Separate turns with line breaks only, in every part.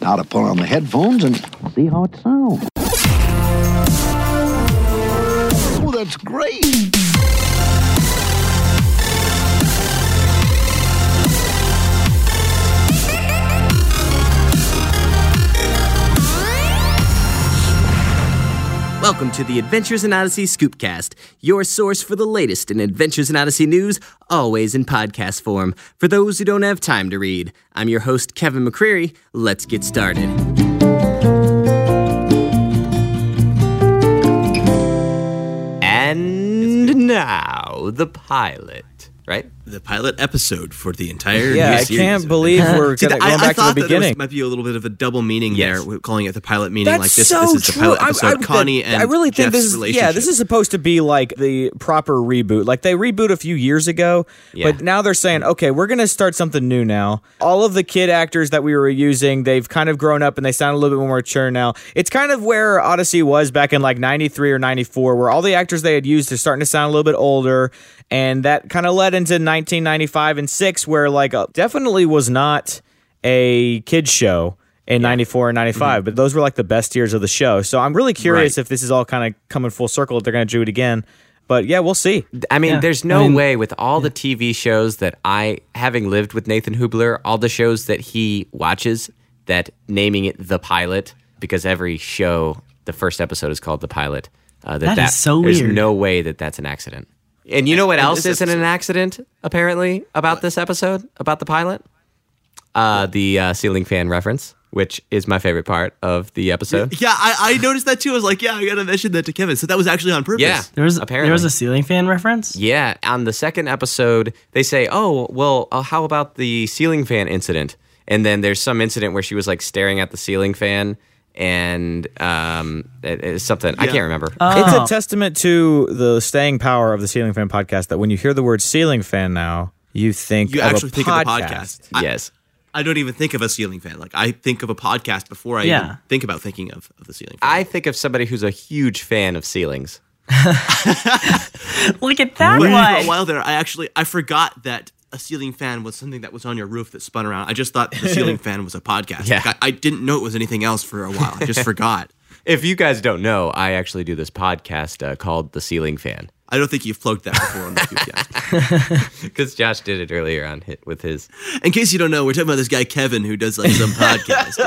Now to put on the headphones and see how it sounds. Oh, that's great.
Welcome to the Adventures in Odyssey Scoopcast, your source for the latest in Adventures in Odyssey news, always in podcast form, for those who don't have time to read. I'm your host, Kevin McCreary. Let's get started. And now, the pilot, right?
the pilot episode for the entire
Yeah,
new
I
series.
can't believe we're
See,
gonna,
I-
going
I
back to
thought
the
that there was-
beginning.
might be a little bit of a double meaning
Yes.
there, We're calling it the pilot meaning like this. this is the pilot episode. Connie
that-
and
I really think
Jeff's
this is
relationship.
yeah. This is supposed to be like the proper reboot. Like they reboot a few years ago, but now they're saying, okay, we're gonna start something new now. All of the kid actors that we were using, they've kind of grown up and they sound a little bit more mature now. It's kind of where Odyssey was back in like '93 or '94, where all the actors they had used are starting to sound a little bit older, and that kind of led into 1995 and six, where like uh, definitely was not a kids show in 94 and 95
Mm-hmm.
but those were like the best years of the show so i'm really curious if this is all kind of coming full circle if they're going to do it again but yeah we'll see
I mean, there's no way with all the TV shows that I, having lived with Nathan Hubler, all the shows that he watches, that naming it the pilot because every show, the first episode is called the pilot. Uh, that,
That is so
There's
weird.
no way that that's an accident. And you know what else
this
isn't an accident? Apparently, about this episode, about the pilot, uh, the uh, ceiling fan reference, which is my favorite part of the episode.
Yeah, I, I noticed that too. I was like, yeah, I gotta mention that to Kevin. So that was actually on purpose.
Yeah,
There was
apparently
there was a ceiling fan reference.
Yeah, on the second episode, they say, "Oh, well, uh, how about the ceiling fan incident?" And then there's some incident where she was like staring at the ceiling fan, and um, it, it's something I can't remember.
Oh.
it's
uh-huh.
a testament to the staying power of the ceiling fan podcast that when you hear the word ceiling fan now you think
You
of
actually
a
think
podcast.
of a podcast. I,
yes,
I don't even think of a ceiling fan. Like I think of a podcast before I
Yeah.
even think about thinking of, of the ceiling fan.
I think of somebody who's a huge fan of ceilings.
Look at that
But for a
one.
while there, I actually I forgot that a ceiling fan was something that was on your roof that spun around. I just thought the ceiling fan was a podcast.
Yeah.
Like, I, I didn't know it was anything else for a while. I just forgot.
If you guys don't know, I actually do this podcast uh, called The Ceiling Fan
I don't think you've plugged that before on the podcast.
because Josh did it earlier on hit with his.
In case you don't know, we're talking about this guy Kevin who does like some podcast.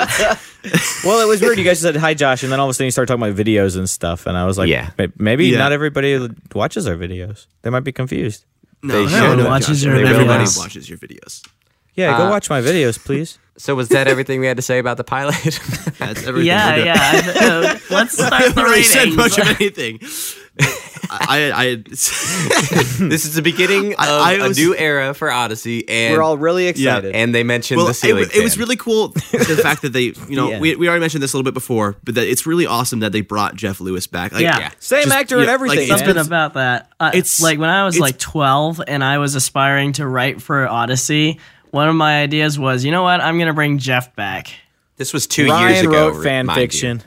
well it was weird you guys said hi josh and then all of a sudden you started talking about videos and stuff and i was like
Yeah.
"May- maybe
Yeah.
not everybody watches our videos they might be confused
No,
They
no,
should.
no,
Watches
Josh,
your
Everybody
videos.
watches your videos.
yeah
Uh,
go watch my videos please
So was that everything we had to say about the pilot?
That's everything.
Yeah,
we're doing.
yeah. Uh, let's
I
start the
haven't really said much of
ratings.
anything. I, I, I
this is the beginning of
I- I was-
a new era for Odyssey, and
we're all really excited
and they mentioned
well,
the
it,
ceiling
it was
fan.
really cool the fact that they, you know,
Yeah.
we, we already mentioned this a little bit before, but that it's really awesome that they brought Jeff Lewis back. Like,
Yeah. Yeah.
same
just-
actor
yeah,
and
like,
everything
it's
man.
Something about that. Uh,
It's-
it's like when I was
it's-
like 12 and I was aspiring to write for Odyssey. One of my ideas was, you know what? I'm gonna bring Jeff back.
This was two years
Ryan
ago.
wrote fan
mind you.
fiction.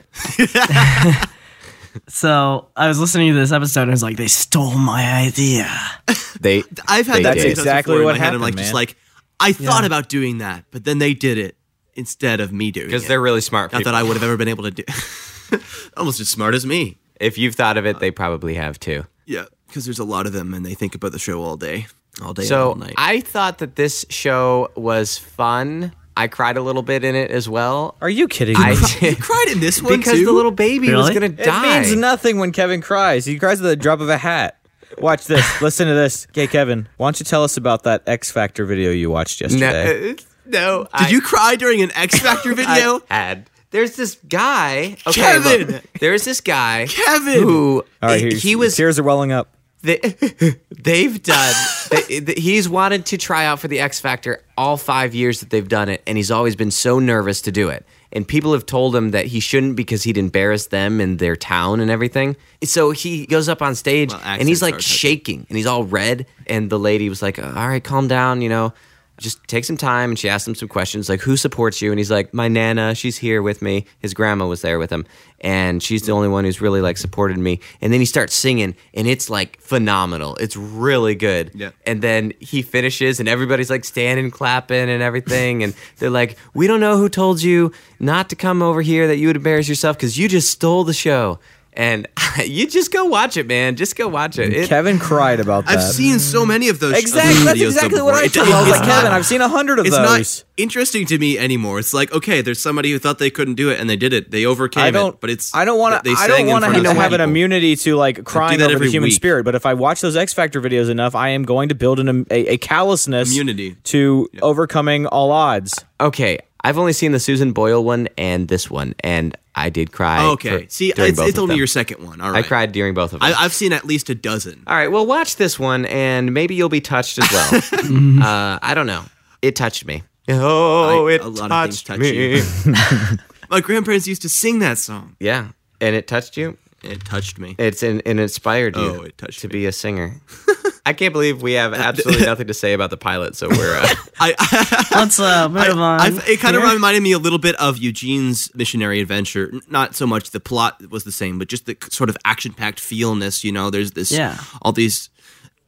So I was listening to this episode and I was like, they stole my idea.
They,
I've had
They
that
did.
sometimes
Exactly
before in
what
my head. I'm
happened,
like, just
man.
like, I thought about doing that, but then they did it instead of me doing it.
because they're really smart.
Not
people.
that I would have ever been able to do. Almost as smart as me.
if you've thought of it, they probably have too.
Yeah, because there's a lot of them, and they think about the show all day, all day, and all
So
night.
I thought that this show was fun. I cried a little bit in it as well.
Are you kidding me?
I
you
did,
cried in this one
because
too?
the little baby was
Really?
gonna
It
die.
means nothing when Kevin cries. He cries at the drop of a hat. Watch this. Listen to this. Okay, Kevin, why don't you tell us about that X Factor video you watched
no,
yesterday?
uh, no.
Did
I,
you cry during an X Factor video?
I had. There's this guy. Okay,
Kevin!
look, there's this guy.
Kevin!
Who?
All right,
he-
here's,
he was
Tears are welling up.
they, they've done they, th- he's wanted to try out for the x factor all five years that they've done it and he's always been so nervous to do it and people have told him that he shouldn't because he'd embarrass them and their town and everything so he goes up on stage
Well,
and he's
accents are
like
touching.
shaking and he's all red and the lady was like all right calm down you know just takes some time and she asks him some questions like who supports you and he's like my nana she's here with me his grandma was there with him and she's the only one who's really like supported me and then he starts singing and it's like phenomenal it's really good
Yeah.
and then he finishes and everybody's like standing clapping and everything and they're like we don't know who told you not to come over here that you would embarrass yourself because you just stole the show and you just go watch it man just go watch it, it
Kevin cried about that.
I've seen so many of those. of
exactly.
those
That's
videos
exactly
though
what I
before.
told. him. I was
It's
like,
not-
Kevin, I've seen a hundred of
It's
those.
not interesting to me anymore. It's like okay, there's somebody who thought they couldn't do it and they did it. They overcame
I don't.
it. But it's
I don't want to. I don't want to have an immunity to like crying
that
over the
every
human
week.
spirit. But if I watch those X Factor videos enough, I am going to build an, a, a callousness
Immunity.
to overcoming all odds.
okay i've only seen the susan boyle one and this one and i did cry
Okay,
for-
see,
during
it's,
both
it's
of
only
them.
your second one. All
i
right,
cried during both of them
I, I've seen at least a dozen.
all right well watch this one and maybe you'll be touched as well uh, i don't know it touched me oh
I-
it
a lot of things
touched
touch
me
you. My grandparents used to sing that song.
yeah and it touched you
It touched me.
It's in, it inspired you
Oh, it touched
to
me.
be a singer. I can't believe we have absolutely nothing to say about the pilot, so we're uh,
I, I,
Let's uh, move on.
I, it kind of
here.
reminded me a little bit of Eugene's missionary adventure. N- Not so much the plot was the same, but just the c- sort of action-packed feelness. You know, there's this,
Yeah.
all these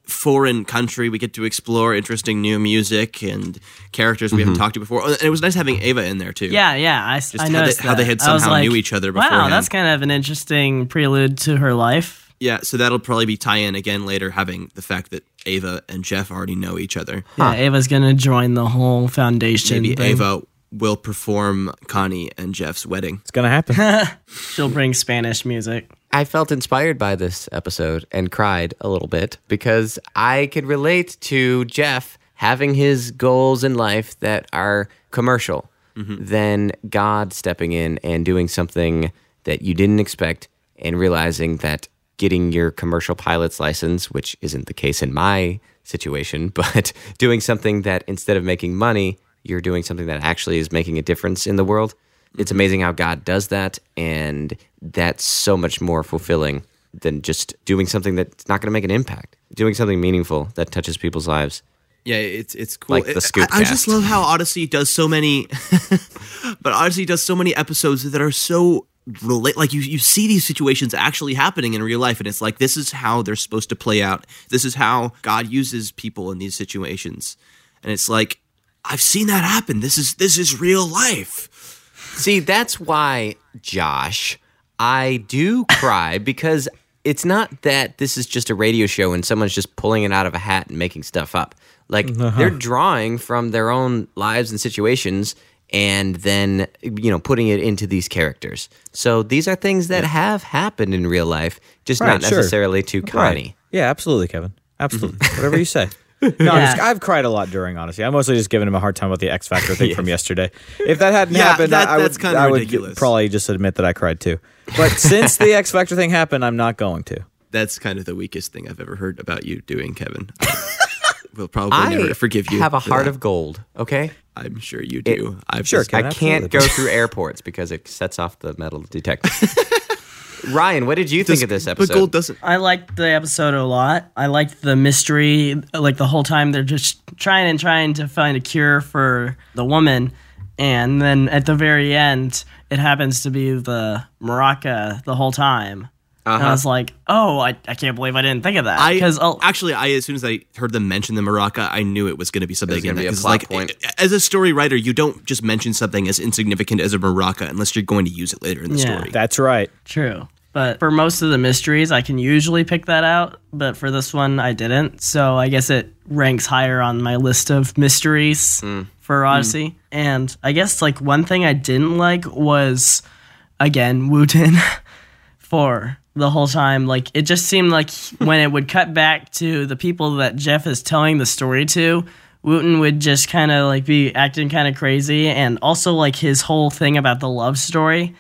foreign country we get to explore, interesting new music and characters we haven't talked to before. And it was nice having Ava in there too.
Yeah, yeah. I, I
how they-
noticed
how they had
that. I was
somehow
like,
knew each other
Wow,
beforehand.
that's kind of an interesting prelude to her life.
yeah. So that'll probably be tie-in again later, having the fact that Ava and Jeff already know each other.
Yeah, Ava's gonna join the whole foundation.
Maybe
thing.
Ava will perform Connie and Jeff's wedding.
It's gonna happen.
She'll bring Spanish music.
I felt inspired by this episode and cried a little bit because I could relate to Jeff having his goals in life that are commercial, then God stepping in and doing something that you didn't expect and realizing that getting your commercial pilot's license, which isn't the case in my situation, but doing something that instead of making money, you're doing something that actually is making a difference in the world it's amazing how God does that, and that's so much more fulfilling than just doing something that's not going to make an impact. Doing something meaningful that touches people's lives.
Yeah, it's it's cool.
Like the
It- I-
Scoop
I, just
cast.
love how Odyssey does so many, but Odyssey does so many episodes that are so relate. Like you, you see these situations actually happening in real life, and it's like this is how they're supposed to play out. This is how God uses people in these situations, and it's like I've seen that happen. This is this is real life.
See, that's why, Josh, I do cry because it's not that this is just a radio show and someone's just pulling it out of a hat and making stuff up. Like they're drawing from their own lives and situations and then you know putting it into these characters. So these are things that have happened in real life, just
Right,
not
sure.
necessarily to Connie.
Right. Yeah, absolutely, Kevin. Absolutely.
Mm-hmm.
Whatever you say. No, I'm just, I've cried a lot during Odyssey. I'm mostly just giving him a hard time about the X Factor thing from yesterday. If that hadn't
Yeah,
happened,
that-
I, I
that's
would,
kinda
I would
ridiculous.
probably just admit that I cried too. But since the X Factor thing happened, I'm not going to.
That's kind of the weakest thing I've ever heard about you doing, Kevin. we'll probably
I
never forgive you.
Have a
for
heart
that.
of gold. Okay.
I'm sure you do. I've
Sure,
just-
Kevin,
I
absolutely.
can't go through airports because it sets off the metal detector. Ryan, what did you think of this episode?
But gold doesn't.
I liked the episode a lot. I liked the mystery, like the whole time they're just trying and trying to find a cure for the woman, and then at the very end, it happens to be the maraca the whole time. And I was like, oh, I, I can't believe I didn't think of that
Uh-huh. I
because oh,
actually, I as soon as I heard them mention the maraca, I knew it was going to be something. in
gonna
that,
be a
'cause,
plot
like,
point.
As a story writer, you don't just mention something as insignificant as a maraca unless you're going to use it later in the
Yeah.
story.
That's right.
True. But for most of the mysteries, I can usually pick that out. But for this one, I didn't. So I guess it ranks higher on my list of mysteries for Odyssey. And I guess, like, one thing I didn't like was, again, Wooten for the whole time. Like, it just seemed like when it would cut back to the people that Jeff is telling the story to, Wooten would just kind of like be acting kind of crazy. And also, like, his whole thing about the love story.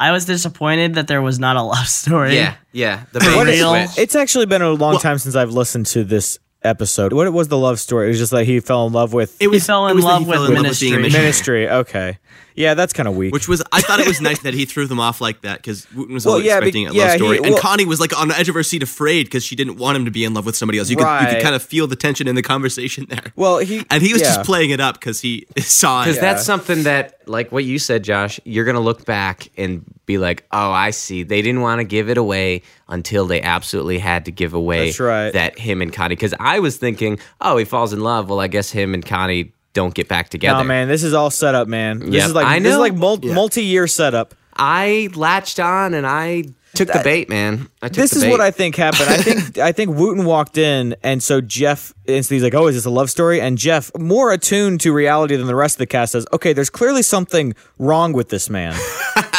I was disappointed that there was not a love story.
yeah, yeah. The bait
What
and
is-
switch.
It's actually been a long time since I've listened to this episode. What was the love story? It was just like he fell in love with
He fell in
that
love
he fell
with
in love being a
ministry.
missionary.
ministry. Okay. Yeah, that's kind of weak.
Which was, I thought it was nice that he threw them off like that because Wooten was
Well,
always
yeah, be-
expecting a
yeah,
love
he-
story, and
well-
Connie was like on the edge of her seat, afraid because she didn't want him to be in love with somebody else. You could, you
Right.
could kind of feel the tension in the conversation there.
well, he
and he was
yeah.
just playing it up because he saw it.
Because that's something that, like what you said, Josh, you're going to look back and be like, oh, I see. They didn't want to give it away until they absolutely had to give away
That's right.
that him and Connie. Because I was thinking, oh, he falls in love. Well, I guess him and Connie don't get back together.
No, man, this is all set up, man. This
Yep,
is like
I
this is
know.
like mul- multi-year setup.
I latched on and I took the bait, man. I took
This
the
is
bait.
what I think happened. I think I think Wooten walked in, and so Jeff, and so he's like, "Oh, is this a love story?" And Jeff, more attuned to reality than the rest of the cast, says, "Okay, there's clearly something wrong with this man."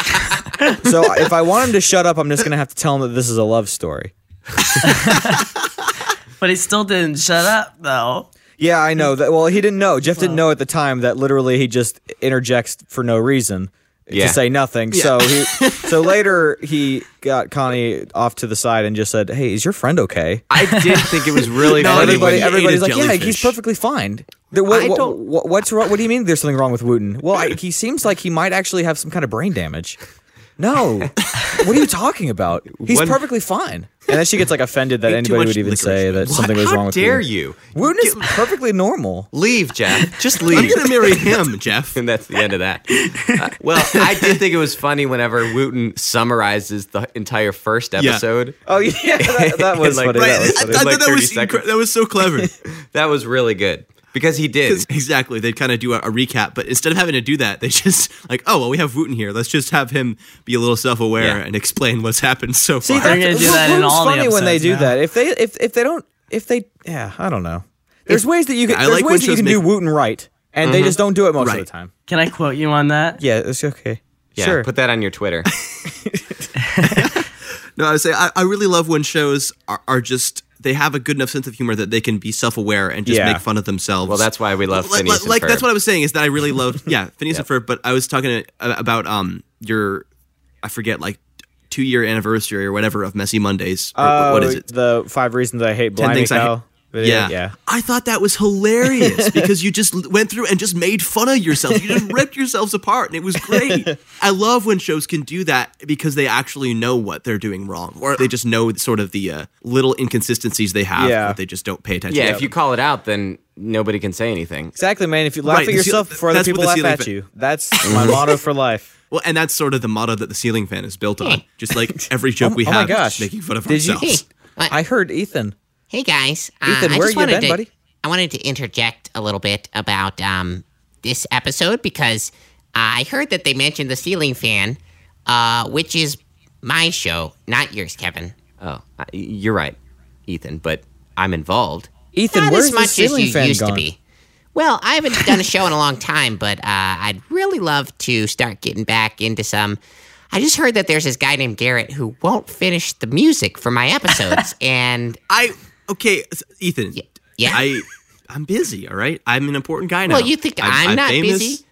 so if I want him to shut up, I'm just gonna have to tell him that this is a love story.
But he still didn't shut up though.
Yeah, I know that. Well, he didn't know. Jeff didn't know at the time that literally he just interjects for no reason
Yeah.
to say nothing. So he, so later he got Connie off to the side and just said, "Hey, is your friend okay?"
I did think it was really
No,
funny.
Everybody,
he ate
everybody's
a
like, "Yeah, he's
jellyfish."
perfectly fine." There- what,
I
what-
don't-
what- what's wrong? What do you mean? There's something wrong with Wooten? Well, I, he seems like he might actually have some kind of brain damage. No, what are you talking about? He's
One-
perfectly fine. And then she gets like offended that
Ate too
anybody
much
would even
licorice.
say that
What?
something was
How
wrong with
dare
Wooten.
you?
Wooten is perfectly normal.
Leave, Jeff. Just leave.
I'm gonna marry him, Jeff.
and that's the end of that. Uh, well, I did think it was funny whenever Wooten summarizes the entire first
Yeah.
episode.
Oh yeah, that, that was
Like,
funny.
right,
that was
I,
funny.
I
Like
thought that
30
was
seconds.
incre- that was so clever.
That was really good because he did.
exactly. They'd kind of do a, a recap, but instead of having to do that, they just like, oh well, we have Wooten here. Let's just have him be a little self-aware
Yeah.
and explain what's happened so
See,
far.
They're gonna do that in
Wooten's
all the
funny when they
episodes
do
now.
that. If they if if they don't if they yeah, I don't know. There's ways that you can
I
there's
like when
ways that you
shows
can do
make- Mm-hmm.
Wooten right, and they just don't do it most of
Right.
the time.
Can I quote you on that?
Yeah, it's okay.
yeah,
sure.
put that on your Twitter.
No, I would say I, I really love when shows are, are just they have a good enough sense of humor that they can be self-aware and just
Yeah.
make fun of themselves.
Well, that's why we love
like,
Phineas
like,
and
like, that's
Ferb.
what I was saying is that I really loved yeah Phineas and Ferb. But I was talking to, about um your I forget like two year anniversary or whatever of Messy Mondays. Or,
Oh,
what is
Uh,
it?
The five reasons I hate
Ten
Blind
things I
Cow.
hate.
video?
yeah.
yeah.
I thought that was hilarious because you just l- went through and just made fun of yourself. You just ripped yourselves apart, and it was great. I love when shows can do that because they actually know what they're doing wrong, or they just know sort of the uh, little inconsistencies they have
Yeah.
that they just don't pay attention.
yeah,
to.
if you call it out, then nobody can say anything.
Exactly, man. If you laugh
Right,
at
the ceil-
yourself before other
that's what
people
the
laugh
ceiling
at
fan-
you, that's my motto for life.
well, and that's sort of the motto that the ceiling fan is built on. Just like every joke we
oh
have,
my
is just
gosh.
making fun of
Did you-
ourselves.
What?
I heard Ethan.
Hey guys, uh,
Ethan,
I
where
just
you
wanted
been,
to,
buddy?
I wanted to interject a little bit about um, this episode because I heard that they mentioned the ceiling fan, uh, which is my show, not yours, Kevin.
Oh, I- you're right, Ethan. But I'm involved.
Ethan,
not
where's
as
the
much as
ceiling
you
fan
used
gone?
to be. Well, I haven't done a show in a long time, but uh, I'd really love to start getting back into some. I just heard that there's this guy named Garrett who won't finish the music for my episodes, and
I okay, s- Ethan.
yeah.
I I'm busy. All right, I'm an important guy now.
Well, you think I'm, not
famous.
busy?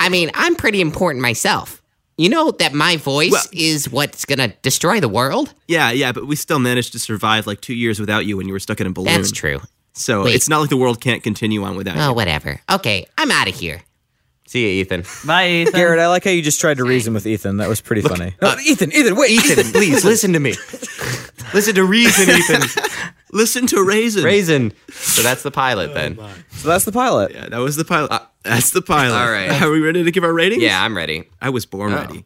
I mean, I'm pretty important myself. You know that my voice
Well-
is what's going to destroy the world?
Yeah, yeah, but we still managed to survive like two years without you when you were stuck in a balloon.
That's true.
So
Wait.
it's not like the world can't continue on without
Oh,
you.
whatever. Okay, I'm out of here.
See you, Ethan.
Bye, Ethan.
Garrett, I like how you just tried to reason with Ethan. That was pretty funny. No, Ethan, Ethan, wait,
Ethan, please listen to me. listen to reason, Ethan.
Listen to Raisin.
Raisin. So that's the pilot then.
So that's the pilot.
Yeah, that was the pilot. Uh, That's the pilot.
all right.
Are we ready to give our ratings?
Yeah, I'm ready.
I was born
Oh.
ready.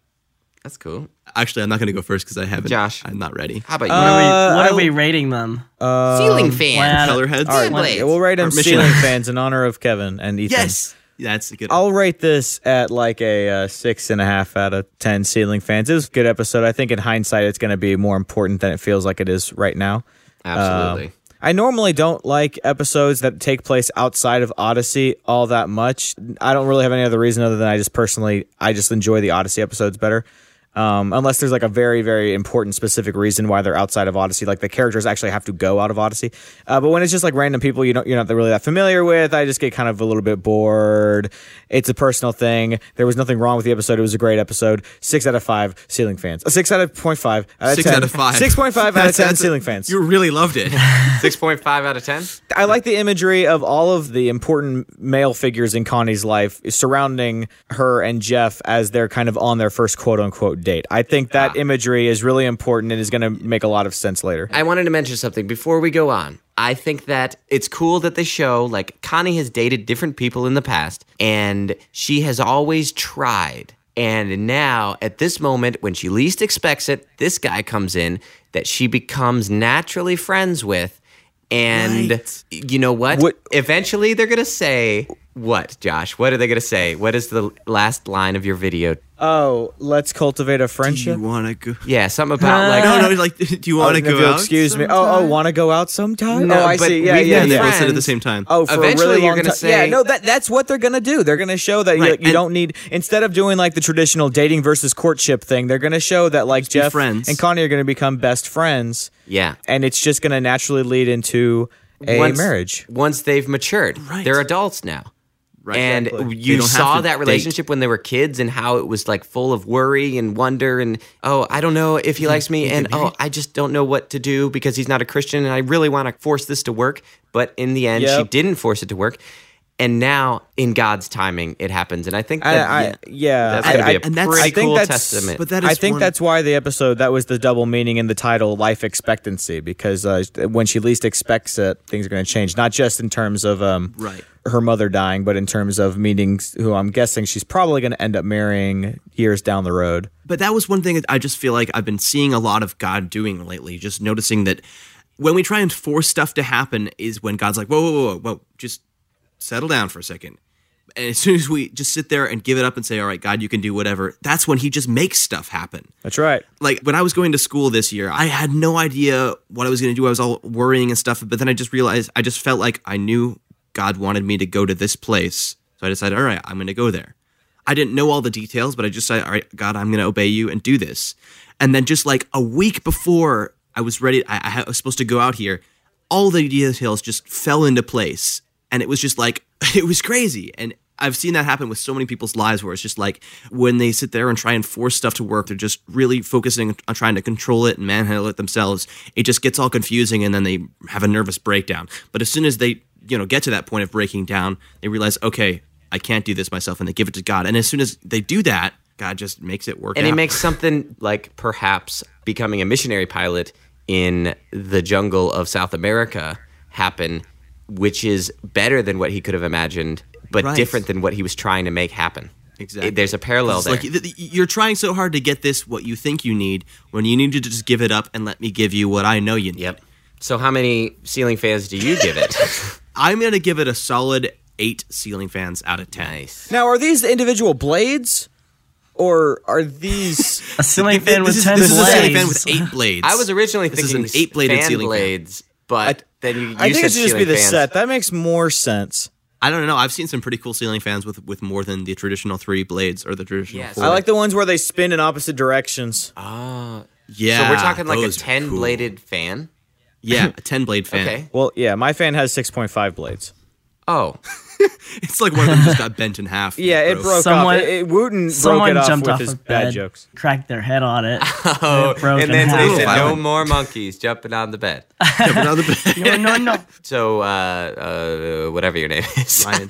That's cool.
Actually, I'm not going to go first because I haven't.
Josh.
I'm not ready.
How about you?
What are
Uh,
we, what
I-
are we rating them?
Ceiling fan.
Wow.
Color heads.
All right.
Yeah, we'll write
Our
him
mission.
ceiling fans in honor of Kevin and Ethan.
Yes. That's a good.
I'll rate this at like a uh, six and a half out of ten ceiling fans. It was a good episode. I think in hindsight, it's going to be more important than it feels like it is right now.
Absolutely.
I normally don't like episodes that take place outside of Odyssey all that much. I don't really have any other reason other than I just personally I just enjoy the Odyssey episodes better. Um, unless there's like a very, very important specific reason why they're outside of Odyssey, like the characters actually have to go out of Odyssey. Uh, but when it's just like random people you don't you're not really that familiar with, I just get kind of a little bit bored. It's a personal thing. There was nothing wrong with the episode. It was a great episode. Six out of five ceiling fans. Uh, Six out of point five. Out of
Six
10.
out of five.
Six point five out of
That's-
ten
that's-
ceiling fans.
You really loved it.
6.5 out of 10?
I like the imagery of all of the important male figures in Connie's life surrounding her and Jeff as they're kind of on their first quote unquote date. I think that imagery is really important and is going to make a lot of sense later.
I wanted to mention something before we go on. I think that it's cool that they show like Connie has dated different people in the past and she has always tried. And now at this moment when she least expects it, this guy comes in that she becomes naturally friends with. And you know what?
What-
Eventually they're going to say what, Josh? What are they going to say? What is the last line of your video?
Oh, let's cultivate a
Do you
friendship.
want to go? Oh,
Yeah, something about like
No, no. Like, do you want to
if
go
you'll
out?
excuse me. Oh, oh, want to go out sometime?
No,
oh, I
but
see. Yeah,
we've
yeah,
Yeah,
been
they
yeah.
both said at the
friends.
same time.
Oh, for
Eventually
a really
you're
long
gonna
ti-
say-
yeah, no, that that's what they're gonna do. They're gonna show that
Right,
you, you
and-
don't need instead of doing like the traditional dating versus courtship thing. They're gonna show that like
be
Jeff
friends.
and Connie are gonna become best friends.
Yeah.
and it's just gonna naturally lead into a
once-
marriage.
Once they've matured,
Right.
they're adults now.
Right.
and
Exactly. They
you
don't have
saw
to
that
date.
relationship when they were kids and how it was like full of worry and wonder and oh i don't know if he
Hmm.
likes me and oh i just don't know what to do because he's not a christian and i really want to force this to work but in the end she
Yep.
didn't force it to work and now in god's timing it happens and i think
I,
that
I, yeah,
that's going to
I,
be a
and that's-
pretty
I think
cool
that's-
testament
but that is
I think
one-
that's why the episode that was the double meaning in the title, life expectancy, because uh, when she least expects it, things are going to change. Not just in terms of um,
Right.
her mother dying, but in terms of meeting s- who I'm guessing she's probably going to end up marrying years down the road.
but that was one thing that I just feel like I've been seeing a lot of God doing lately. Just noticing that when we try and force stuff to happen is when God's like, whoa, whoa, whoa, whoa, whoa, just settle down for a second. And as soon as we just sit there and give it up and say, all right, God, you can do whatever, that's when He just makes stuff happen
That's right.
like when I was going to school this year, I had no idea what I was going to do. I was all worrying and stuff, but then I just realized I just felt like I knew God wanted me to go to this place. So I decided, all right, I'm going to go there. I didn't know all the details, but I just said, all right, God, I'm going to obey you and do this. And then just like a week before I was ready, I, I ha- was supposed to go out here, all the details just fell into place. And it was just like, it was crazy. And I've seen that happen with so many people's lives where it's just like when they sit there and try and force stuff to work, they're just really focusing on trying to control it and manhandle it themselves. It just gets all confusing and then they have a nervous breakdown. But as soon as they, you know, get to that point of breaking down, they realize, okay, I can't do this myself and they give it to God. And as soon as they do that, God just makes it work
and
out.
he makes something like perhaps becoming a missionary pilot in the jungle of South America happen, which is better than what he could have imagined, but
Right.
different than what he was trying to make happen.
Exactly.
It- there's a parallel
It's
there.
like th- th- you're trying so hard to get this what you think you need when you need to just give it up and let me give you what I know you need.
yep. So how many ceiling fans do you give it?
I'm gonna give it a solid eight ceiling fans out of ten.
nice.
Now, are these individual blades, or are these?
A ceiling fan
this
with
is,
ten
this is a ceiling fan
blades.
with eight blades.
I was originally
This is
thinking
an eight-bladed
fan
ceiling fan.
blades, but then you, you
I think
said
it should just be
ceiling
the
fans.
set. That makes more sense.
I don't know. I've seen some pretty cool ceiling fans with with more than the traditional three blades or the traditional
Yes.
four.
I like the ones where they spin in opposite directions.
Yeah.
So we're talking like a
uh, those are cool.
ten bladed fan.
Yeah, a ten blade fan.
Okay.
Well, yeah, my fan has six point five blades.
Oh,
It's like one of them just got bent in half. and
Yeah, it broke
Someone-
off. It, it, Wooten broke
Someone
it off
jumped
with
off
his
of
bad
bed,
jokes.
cracked their head on it.
Oh,
it broke
and
in
then
half.
they said no
Violent.
more monkeys jumping on the bed.
Jumping out of the bed.
no, no, no.
So, uh, uh, whatever your name is,
Ryan.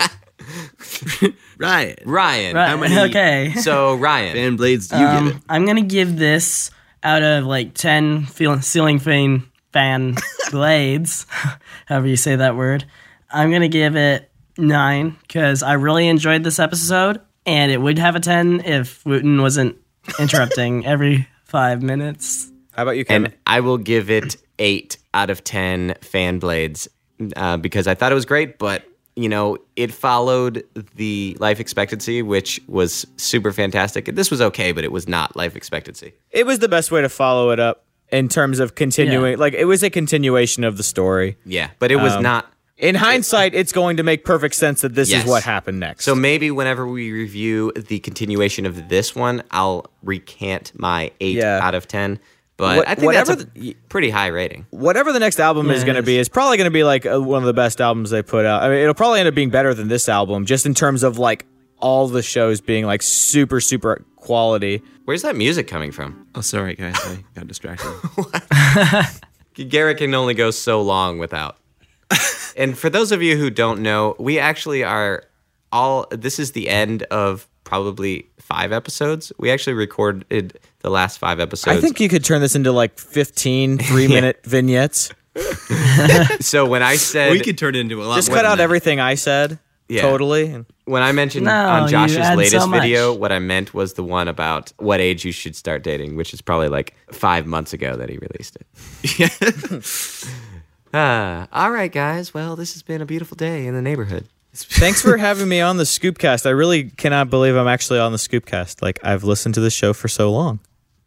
right.
Ryan.
Right,
How many-
okay. Um,
So Ryan,
Fan blades. Do you give it?
I'm gonna give this out of like ten feel- ceiling fan fan blades, however you say that word. I'm gonna give it nine because I really enjoyed this episode, and it would have a ten if Wooten wasn't interrupting every five minutes.
How about you, Kevin?
and I will give it eight out of ten fan blades uh, because I thought it was great, but you know it followed the life expectancy, which was super fantastic. This was okay, but it was not life expectancy.
it was the best way to follow it up in terms of continuing.
Yeah.
Like it was a continuation of the story.
Yeah, but it was not.
In hindsight, it's going to make perfect sense that this
Yes.
is what happened next.
So maybe whenever we review the continuation of this one, I'll recant my eight
Yeah.
out of ten. But
What-
I think that's a
whatever the-
pretty high rating.
whatever the next album is
Yeah,
going to
it
be is probably going to be like uh, one of the best albums they put out. I mean, it'll probably end up being better than this album, just in terms of like all the shows being like super super quality.
Where's that music coming from?
Oh, sorry, guys. I got distracted.
Garrett can only go so long without. and for those of you who don't know, we actually are all. This is the end of probably five episodes. We actually recorded the last five episodes.
I think you could turn this into like 15 3 minute vignettes.
so. When I said
we could turn it into a lot.
Just
more
cut
than
out
that.
everything I said.
Yeah.
Totally. And-
when I mentioned
No,
on
you
Josh's
add so
latest
much.
video, what I meant was the one about what age you should start dating, which is probably like five months ago that he released it. Ah, all right, guys. Well, this has been a beautiful day in the neighborhood.
Thanks for having me on the Scoopcast. I really cannot believe I'm actually on the Scoopcast. Like I've listened to this show for so long.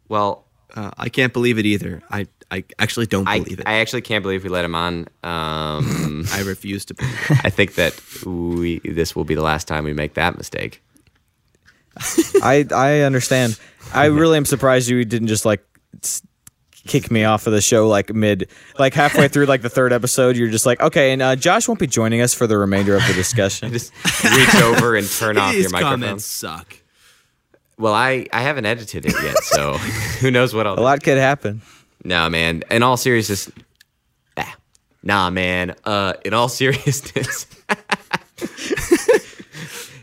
Well,
Uh, I can't believe it either. I I actually don't
I,
believe it.
I
I,
actually can't believe we let him on. Um,
refuse to believe. it.
I think that we this will be the last time we make that mistake.
I I understand. I really am surprised you didn't just like s- kick me off of the show like mid like halfway through like the third episode you're just like okay and uh, Josh won't be joining us for the remainder of the discussion.
Just reach over and turn off your
His
microphone.
comments suck.
Well, I, I haven't edited it yet, so who knows what I'll
A lot could happen.
No, man. In all seriousness, ah, nah, man. Uh, in all seriousness,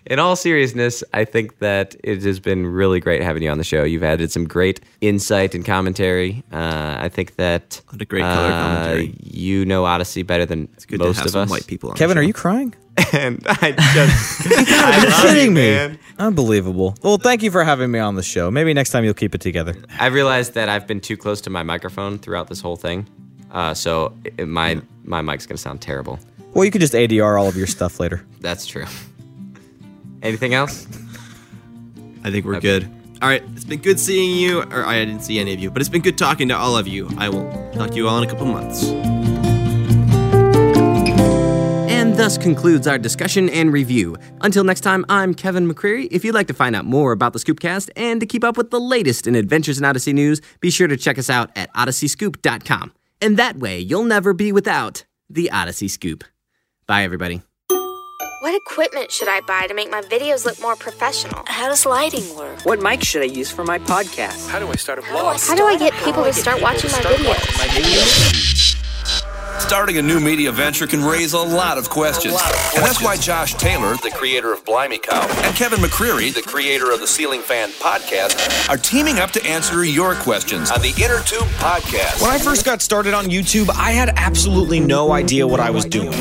in all seriousness, I think that it has been really great having you on the show. You've added some great insight and commentary. Uh, I think that uh,
What a great color commentary.
You know Odyssey better than
Good
most
to have
of
some
us.
white people. On
Kevin,
the
are
show.
you crying?
and I just, I
You're
love
kidding
you,
me.
man.
Unbelievable. Well, thank you for having me on the show. Maybe next time you'll keep it together.
I realized that I've been too close to my microphone throughout this whole thing, uh, so it, my my mic's gonna sound terrible.
Well, you could just ADR all of your stuff later.
That's true. Anything else?
I think we're good. All right, it's been good seeing you. Or I didn't see any of you, but it's been good talking to all of you. I will talk to you all in a couple months.
And thus concludes our discussion and review. Until next time, I'm Kevin McCreary. If you'd like to find out more about the Scoopcast and to keep up with the latest in Adventures in Odyssey news, be sure to check us out at odysseyscoop.com. And that way, you'll never be without the Odyssey Scoop. Bye, everybody.
What equipment should I buy to make my videos look more professional?
How does lighting work?
What mic should I use for my podcast?
How do I start a
How do I
blog?
How do I get people to start watching my videos?
My videos.
Starting a new media venture can raise a lot of questions. And that's why Josh Taylor, the creator of Blimey Cow, and Kevin McCreary, the creator of the Ceiling Fan podcast, are teaming up to answer your questions on the Inner Tube podcast.
When I first got started on YouTube, I had absolutely no idea what I was doing.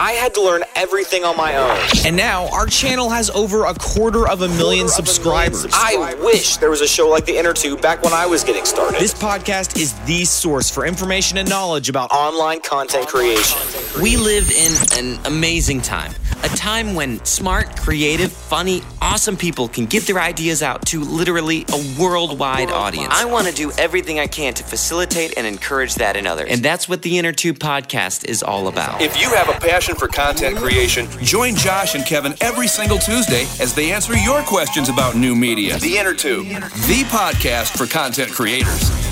I had to learn everything on my own. And now our channel has over a quarter of a million subscribers. I wish there was a show like The Inner Tube back when I was getting started. This podcast is the source for information and knowledge about online content creation.
We live in an amazing time. A time when smart, creative, funny, awesome people can get their ideas out to literally a worldwide audience. I want to do everything I can to facilitate and encourage that in others. And that's what the Inner Tube podcast is all about.
If you have a passion for content creation, join Josh and Kevin every single Tuesday as they answer your questions about new media. The Inner Tube, the podcast for content creators.